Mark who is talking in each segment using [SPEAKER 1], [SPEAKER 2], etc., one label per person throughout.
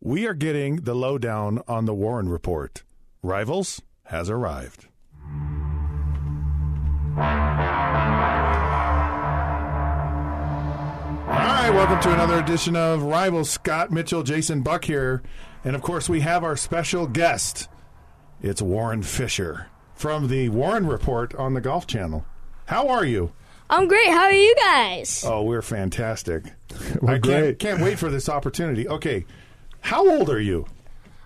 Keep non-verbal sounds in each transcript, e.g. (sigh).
[SPEAKER 1] We are getting the lowdown on the Warren Report. Rivals has arrived. All right, welcome to another edition of Rivals. Scott Mitchell, Jason Buck here. And of course, we have our special guest. It's Warren Fisher from the Warren Report on the Golf Channel. How are you?
[SPEAKER 2] I'm great. How are you guys?
[SPEAKER 1] Oh, we're fantastic.
[SPEAKER 3] We're
[SPEAKER 1] I can't,
[SPEAKER 3] great.
[SPEAKER 1] can't wait for this opportunity. Okay, how old are you?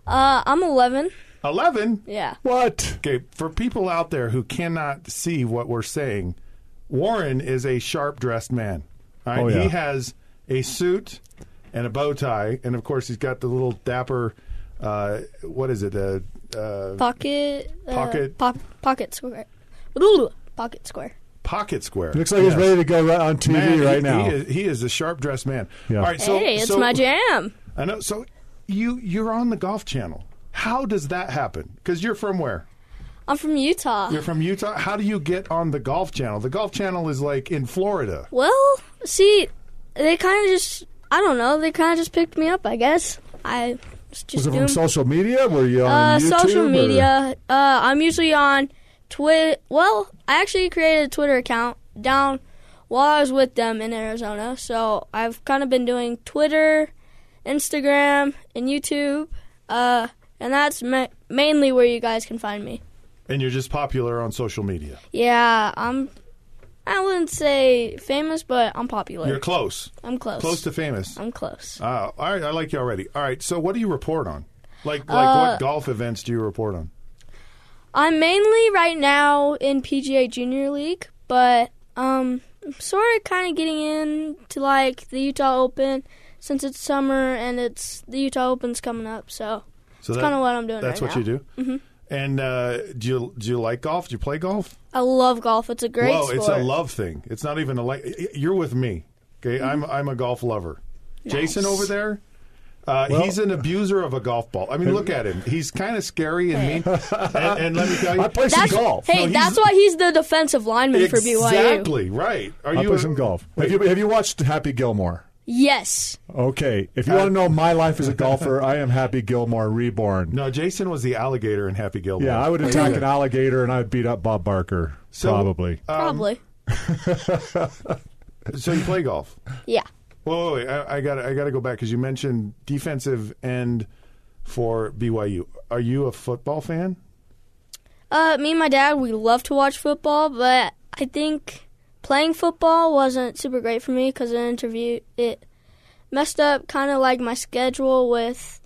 [SPEAKER 1] Oh.
[SPEAKER 2] Uh, I'm 11.
[SPEAKER 1] 11?
[SPEAKER 2] Yeah.
[SPEAKER 3] What?
[SPEAKER 1] Okay, for people out there who cannot see what we're saying, Warren is a sharp dressed man. All right?
[SPEAKER 3] Oh, yeah.
[SPEAKER 1] He has a suit and a bow tie, and of course, he's got the little dapper, uh, what is it, a, uh
[SPEAKER 2] Pocket. Uh,
[SPEAKER 1] Pocket.
[SPEAKER 2] pop- pocket square. Ooh, pocket square.
[SPEAKER 1] pocket square.
[SPEAKER 3] Looks like he's
[SPEAKER 1] Yes.
[SPEAKER 3] ready to go right on TV
[SPEAKER 1] Man,
[SPEAKER 3] right
[SPEAKER 1] he,
[SPEAKER 3] now.
[SPEAKER 1] He is, he is a sharp dressed man.
[SPEAKER 3] Yeah.
[SPEAKER 1] All right, so,
[SPEAKER 2] hey, it's
[SPEAKER 1] so-
[SPEAKER 2] my jam.
[SPEAKER 1] I know. So you, you're on the Golf Channel. How does that happen? Because you're from where?
[SPEAKER 2] I'm from Utah.
[SPEAKER 1] You're from Utah. How do you get on the Golf Channel? The Golf Channel is like in Florida.
[SPEAKER 2] well, see, they kind of just. I don't know. They kind of just picked me up, I guess. I was just
[SPEAKER 3] Was it
[SPEAKER 2] doing.
[SPEAKER 3] from social media? Were you
[SPEAKER 2] uh,
[SPEAKER 3] on YouTube?
[SPEAKER 2] social
[SPEAKER 3] or-
[SPEAKER 2] media. Uh, I'm usually on Twitter. Well, I actually created a Twitter account down while I was with them in Arizona. So I've kind of been doing Twitter, Instagram, and YouTube. Uh, and that's ma- mainly where you guys can find me.
[SPEAKER 1] and you're just popular on social media.
[SPEAKER 2] Yeah, I'm. I wouldn't say famous, but I'm popular.
[SPEAKER 1] You're close,
[SPEAKER 2] I'm close.
[SPEAKER 1] close to famous.
[SPEAKER 2] I'm close.
[SPEAKER 1] Uh, all right, I like you already. All right, so what do you report on? Like, like
[SPEAKER 2] Uh,
[SPEAKER 1] what golf events do you report on?
[SPEAKER 2] I'm mainly right now in PGA Junior League, but um, sort of kind of getting into like the Utah Open since it's summer and it's the Utah Open's coming up. So
[SPEAKER 1] So
[SPEAKER 2] that's kind of what I'm doing.
[SPEAKER 1] That's
[SPEAKER 2] right
[SPEAKER 1] what
[SPEAKER 2] now.
[SPEAKER 1] you do. Mm-hmm. And uh, do you do you like golf? Do you play golf?
[SPEAKER 2] I love golf. It's a great
[SPEAKER 1] Whoa,
[SPEAKER 2] sport.
[SPEAKER 1] it's a love thing. It's not even a like. You're with me. Okay,
[SPEAKER 2] Mm-hmm.
[SPEAKER 1] I'm I'm a golf lover. Jason over there. Uh, he's an abuser of a golf ball. I mean, look at him. He's kind of scary and
[SPEAKER 3] (laughs)
[SPEAKER 1] mean. and, and let me tell you,
[SPEAKER 3] I play some
[SPEAKER 2] That's,
[SPEAKER 3] golf.
[SPEAKER 2] Hey,
[SPEAKER 1] No, he's-
[SPEAKER 2] that's why he's the defensive lineman for BYU.
[SPEAKER 1] Exactly right. Are
[SPEAKER 3] I
[SPEAKER 1] you
[SPEAKER 3] play
[SPEAKER 1] a-
[SPEAKER 3] some golf.
[SPEAKER 1] Wait,
[SPEAKER 3] Have you, have you watched Happy Gilmore?
[SPEAKER 2] Yes.
[SPEAKER 1] Um,
[SPEAKER 3] Okay. If you want to know my life
[SPEAKER 1] (laughs)
[SPEAKER 3] as a golfer, I am Happy Gilmore reborn.
[SPEAKER 1] No, Jason was the alligator in Happy Gilmore.
[SPEAKER 3] Yeah,
[SPEAKER 1] (laughs)
[SPEAKER 3] I would attack an alligator and I would beat up Bob Barker.
[SPEAKER 1] So- uh,
[SPEAKER 3] probably.
[SPEAKER 2] Probably.
[SPEAKER 1] So you play golf.
[SPEAKER 2] Yeah.
[SPEAKER 1] Whoa, wait, wait, I, I got I got to go back because you mentioned defensive end for BYU. Are you a football fan?
[SPEAKER 2] Uh, me and my dad, we love to watch football, but I think playing football wasn't super great for me because an interview it messed up kind of like my schedule with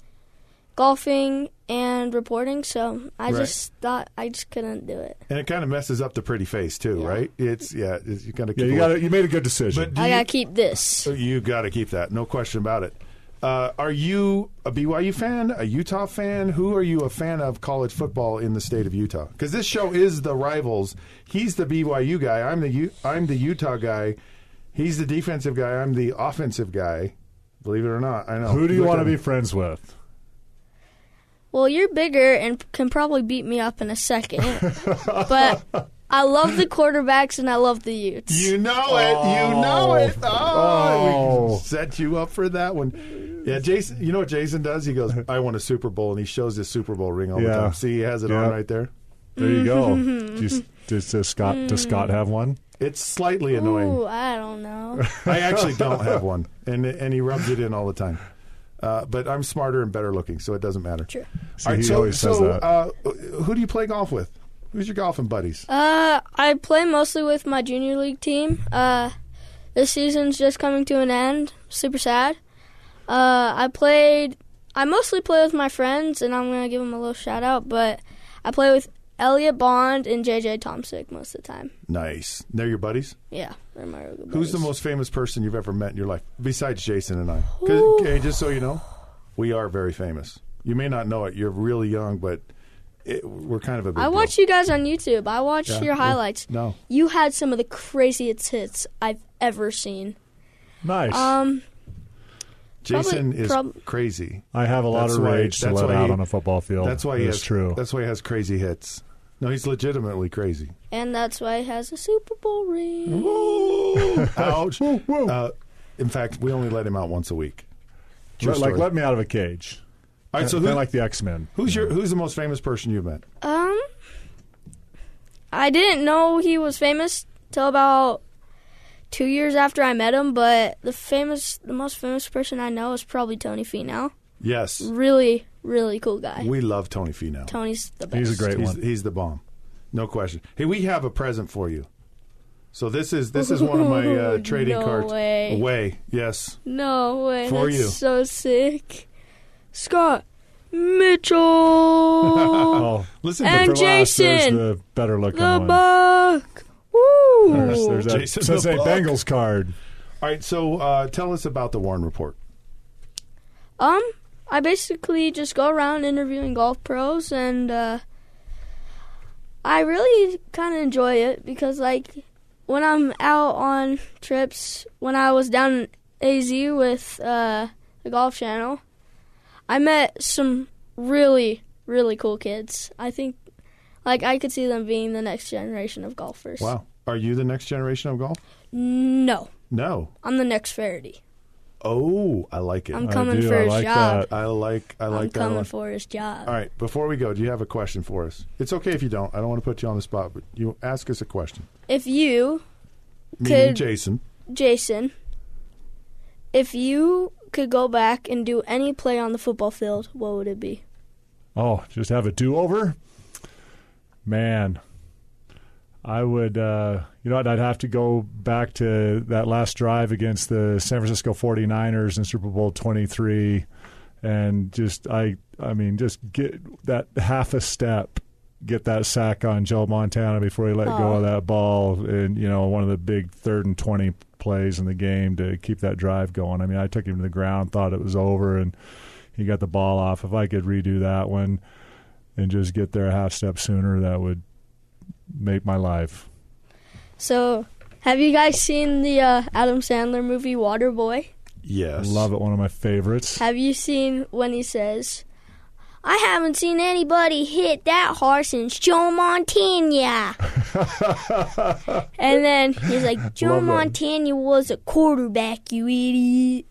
[SPEAKER 2] golfing and reporting. So I
[SPEAKER 1] Right.
[SPEAKER 2] just thought I just couldn't do it.
[SPEAKER 1] And it kind of messes up the pretty face too, right? It's yeah, it's, you got to
[SPEAKER 3] Yeah, you got You made a good decision.
[SPEAKER 1] But
[SPEAKER 2] I
[SPEAKER 1] do
[SPEAKER 2] gotta keep this.
[SPEAKER 1] you, you got to keep that, no question about it. Uh, are you a BYU fan, a Utah fan? Who are you a fan of college football in the state of Utah? Because this show is the rivals. He's the BYU guy. I'm the U- I'm the Utah guy. He's the defensive guy. I'm the offensive guy. Believe it or not, I know.
[SPEAKER 3] Who do you
[SPEAKER 1] Look
[SPEAKER 3] want to
[SPEAKER 1] at
[SPEAKER 3] be
[SPEAKER 1] him.
[SPEAKER 3] friends with?
[SPEAKER 2] Well, you're bigger and can probably beat me up in
[SPEAKER 1] (laughs)
[SPEAKER 2] a second, but I love the quarterbacks and I love the Utes.
[SPEAKER 1] You know it. You know it. Oh, we
[SPEAKER 3] Oh.
[SPEAKER 1] set you up for that one. Yeah, Jason. You know what Jason does? He goes, "I won a Super Bowl," and he shows his Super Bowl ring all the
[SPEAKER 3] Yeah.
[SPEAKER 1] time. See, he has it
[SPEAKER 3] Yeah.
[SPEAKER 1] on right there.
[SPEAKER 3] There
[SPEAKER 2] (laughs)
[SPEAKER 3] you go. Does- does, does Scott
[SPEAKER 2] Mm.
[SPEAKER 3] does Scott have one?
[SPEAKER 1] It's slightly annoying.
[SPEAKER 2] Ooh, I
[SPEAKER 1] (laughs)
[SPEAKER 2] don't know.
[SPEAKER 1] I actually don't
[SPEAKER 2] (laughs)
[SPEAKER 1] have one, and and he rubs it in all the time. Uh, but I'm smarter and better looking, so it doesn't matter.
[SPEAKER 2] True.
[SPEAKER 1] All right,
[SPEAKER 3] he
[SPEAKER 1] so,
[SPEAKER 3] always says
[SPEAKER 1] so,
[SPEAKER 3] that.
[SPEAKER 1] Uh, who do you play golf with? Who's your golfing buddies?
[SPEAKER 2] Uh, I play mostly with my junior league team. Uh, this season's just coming to an end. Super sad. Uh, I played. I mostly play with my friends, and I'm gonna give them a little shout out. But I play with Elliot Bond and JJ Tomsick most of the time.
[SPEAKER 1] Nice. They're your buddies.
[SPEAKER 2] Yeah, they're my real good
[SPEAKER 1] Who's the
[SPEAKER 2] buddies.
[SPEAKER 1] most famous person you've ever met in your life besides Jason and I? 'Cause-
[SPEAKER 2] Ooh.
[SPEAKER 1] Okay, just so you know, we are very famous. You may not know it. You're really young, but it, we're kind of a big
[SPEAKER 2] I
[SPEAKER 1] deal.
[SPEAKER 2] watch you guys on YouTube. I watch
[SPEAKER 1] Yeah,
[SPEAKER 2] your
[SPEAKER 1] yeah.
[SPEAKER 2] highlights.
[SPEAKER 1] No.
[SPEAKER 2] You had some of the craziest hits I've ever seen.
[SPEAKER 3] Nice.
[SPEAKER 2] Um,
[SPEAKER 1] Jason
[SPEAKER 2] probably-
[SPEAKER 1] is
[SPEAKER 2] prob-
[SPEAKER 1] crazy.
[SPEAKER 3] I have a lot
[SPEAKER 1] That's
[SPEAKER 3] of
[SPEAKER 1] why-
[SPEAKER 3] rage to
[SPEAKER 1] that's
[SPEAKER 3] let
[SPEAKER 1] why
[SPEAKER 3] out
[SPEAKER 1] he-
[SPEAKER 3] on a football field.
[SPEAKER 1] That's why he
[SPEAKER 3] it's
[SPEAKER 1] has
[SPEAKER 3] Oh, true.
[SPEAKER 1] That's why he has crazy hits. No, he's legitimately crazy.
[SPEAKER 2] and that's why he has a Super Bowl ring.
[SPEAKER 1] Ouch.
[SPEAKER 3] whoa.
[SPEAKER 1] Uh, in fact, we only let him out once a week. True
[SPEAKER 3] Let- like
[SPEAKER 1] story.
[SPEAKER 3] let me out of a cage.
[SPEAKER 1] All right, so
[SPEAKER 3] Kinda
[SPEAKER 1] who-
[SPEAKER 3] like the X Men.
[SPEAKER 1] Who's your Who's the most famous person you've met?
[SPEAKER 2] Um, I didn't know he was famous till about two years after I met him. But the famous, the most famous person I know is probably Tony Finau.
[SPEAKER 1] Yes,
[SPEAKER 2] Really, really cool guy.
[SPEAKER 1] we love Tony Finau.
[SPEAKER 2] Tony's the best.
[SPEAKER 3] He's a great
[SPEAKER 1] he's,
[SPEAKER 3] one.
[SPEAKER 1] he's the bomb, no question. Hey, we have a present for you. So this is this is one of my
[SPEAKER 2] (laughs)
[SPEAKER 1] uh, trading
[SPEAKER 2] No
[SPEAKER 1] cards.
[SPEAKER 2] way.
[SPEAKER 1] Away, yes.
[SPEAKER 2] No way.
[SPEAKER 1] For
[SPEAKER 2] that's
[SPEAKER 1] you.
[SPEAKER 2] So sick. Scott Mitchell.
[SPEAKER 3] (laughs) Oh,
[SPEAKER 1] Listen,
[SPEAKER 2] And
[SPEAKER 1] to
[SPEAKER 3] for last, there's
[SPEAKER 2] Jason.
[SPEAKER 3] the better looking
[SPEAKER 2] the
[SPEAKER 3] one.
[SPEAKER 2] buck. Woo.
[SPEAKER 3] There's, there's that
[SPEAKER 1] Jason
[SPEAKER 3] Cincinnati
[SPEAKER 1] the Buck.
[SPEAKER 3] Bengals card.
[SPEAKER 1] all right. So uh, tell us about the Warren Report.
[SPEAKER 2] Um, I basically just go around interviewing golf pros, and uh, I really kind of enjoy it because, like, when I'm out on trips, when I was down in AZ with uh, the Golf Channel, I met some really, really cool kids. I think, like, I could see them being the next generation of golfers.
[SPEAKER 1] Wow, are you the next generation of golf?
[SPEAKER 2] No,
[SPEAKER 1] No.
[SPEAKER 2] I'm the next Faraday.
[SPEAKER 1] Oh, I like it.
[SPEAKER 2] I'm
[SPEAKER 3] I
[SPEAKER 2] coming
[SPEAKER 3] do,
[SPEAKER 2] for
[SPEAKER 3] I
[SPEAKER 2] his
[SPEAKER 3] like
[SPEAKER 2] job.
[SPEAKER 1] I like I
[SPEAKER 2] I'm
[SPEAKER 1] like that. a
[SPEAKER 2] coming
[SPEAKER 1] lot.
[SPEAKER 2] for his job.
[SPEAKER 1] All right, before we go, do you have a question for us? It's okay if you don't. I don't want to put you on the spot, but you ask us a question.
[SPEAKER 2] If you
[SPEAKER 1] Meaning
[SPEAKER 2] Could-
[SPEAKER 1] Jason.
[SPEAKER 2] Jason, if you could go back and do any play on the football field, what would it be?
[SPEAKER 3] Oh, just have a do over? Man. I would, uh, you know what? I'd have to go back to that last drive against the San Francisco 49ers in Super Bowl 23 and just, I, I mean, just get that half a step, get that sack on Joe Montana before he let go
[SPEAKER 2] Oh.
[SPEAKER 3] of that ball. And, you know, one of the big third and 20 plays in the game to keep that drive going. I mean, I took him to the ground, thought it was over, and he got the ball off. If I could redo that one and just get there a half step sooner, that would make my life.
[SPEAKER 2] So, have you guys seen the uh, Adam Sandler movie Waterboy?
[SPEAKER 1] Yes.
[SPEAKER 3] Love it. One of my
[SPEAKER 2] (laughs)
[SPEAKER 3] favorites.
[SPEAKER 2] Have you seen when he says, "I haven't seen anybody hit that hard since Joe
[SPEAKER 3] (laughs)
[SPEAKER 2] Montana," and then he's like, "Joe
[SPEAKER 3] Love that.
[SPEAKER 2] Montana was a quarterback, you idiot."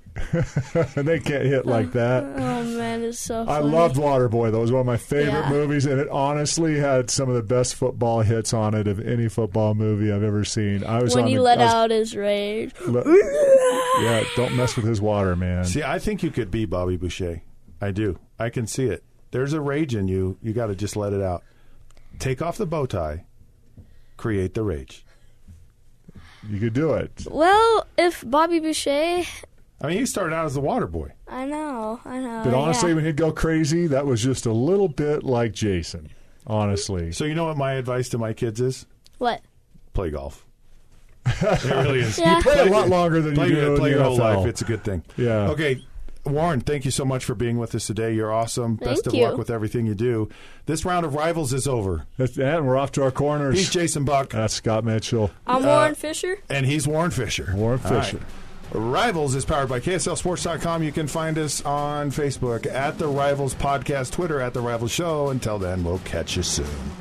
[SPEAKER 3] and they can't hit like that.
[SPEAKER 2] Oh man, it's so.
[SPEAKER 3] I
[SPEAKER 2] funny.
[SPEAKER 3] loved Waterboy. That was one of my favorite
[SPEAKER 2] Yeah.
[SPEAKER 3] movies, and it honestly had some of the best football hits on it of any football movie I've ever seen. I was
[SPEAKER 2] when
[SPEAKER 3] on
[SPEAKER 2] he
[SPEAKER 3] the,
[SPEAKER 2] let
[SPEAKER 3] I was-
[SPEAKER 2] out his rage.
[SPEAKER 3] le- yeah, don't mess with his water, man.
[SPEAKER 1] See, I think you could be Bobby Boucher. I do. I can see it. There's a rage in you. You got to just let it out. Take off the bow tie. Create the rage.
[SPEAKER 3] You could do it.
[SPEAKER 2] Well, if Bobby Boucher,
[SPEAKER 1] I mean, he started out as the water boy.
[SPEAKER 2] I know, I know.
[SPEAKER 3] But honestly,
[SPEAKER 2] Oh, yeah.
[SPEAKER 3] when he'd go crazy, that was just a little bit like Jason. Honestly,
[SPEAKER 1] So you know what my advice to my kids is?
[SPEAKER 2] what?
[SPEAKER 1] Play golf. (laughs) it really is.
[SPEAKER 2] Yeah.
[SPEAKER 3] play a lot longer than
[SPEAKER 1] Play,
[SPEAKER 3] you
[SPEAKER 1] your-
[SPEAKER 3] do in
[SPEAKER 1] play
[SPEAKER 3] the
[SPEAKER 1] your whole
[SPEAKER 3] NFL.
[SPEAKER 1] life. It's a good thing.
[SPEAKER 3] Yeah.
[SPEAKER 1] Okay. Warren, thank you so much for being with us today. You're awesome. Best
[SPEAKER 2] Thank
[SPEAKER 1] of
[SPEAKER 2] you.
[SPEAKER 1] luck with everything you do. This round of rivals is over.
[SPEAKER 3] That's, and we're off to our corners.
[SPEAKER 1] He's Jason Buck,
[SPEAKER 3] That's Scott Mitchell.
[SPEAKER 2] I'm Warren Fisher.
[SPEAKER 1] and he's Warren Fisher.
[SPEAKER 3] Warren
[SPEAKER 1] All right.
[SPEAKER 3] Fisher.
[SPEAKER 1] Rivals is powered by KSLSports.com. You can find us on Facebook at The Rivals Podcast, Twitter at The Rivals Show. Until then, we'll catch you soon.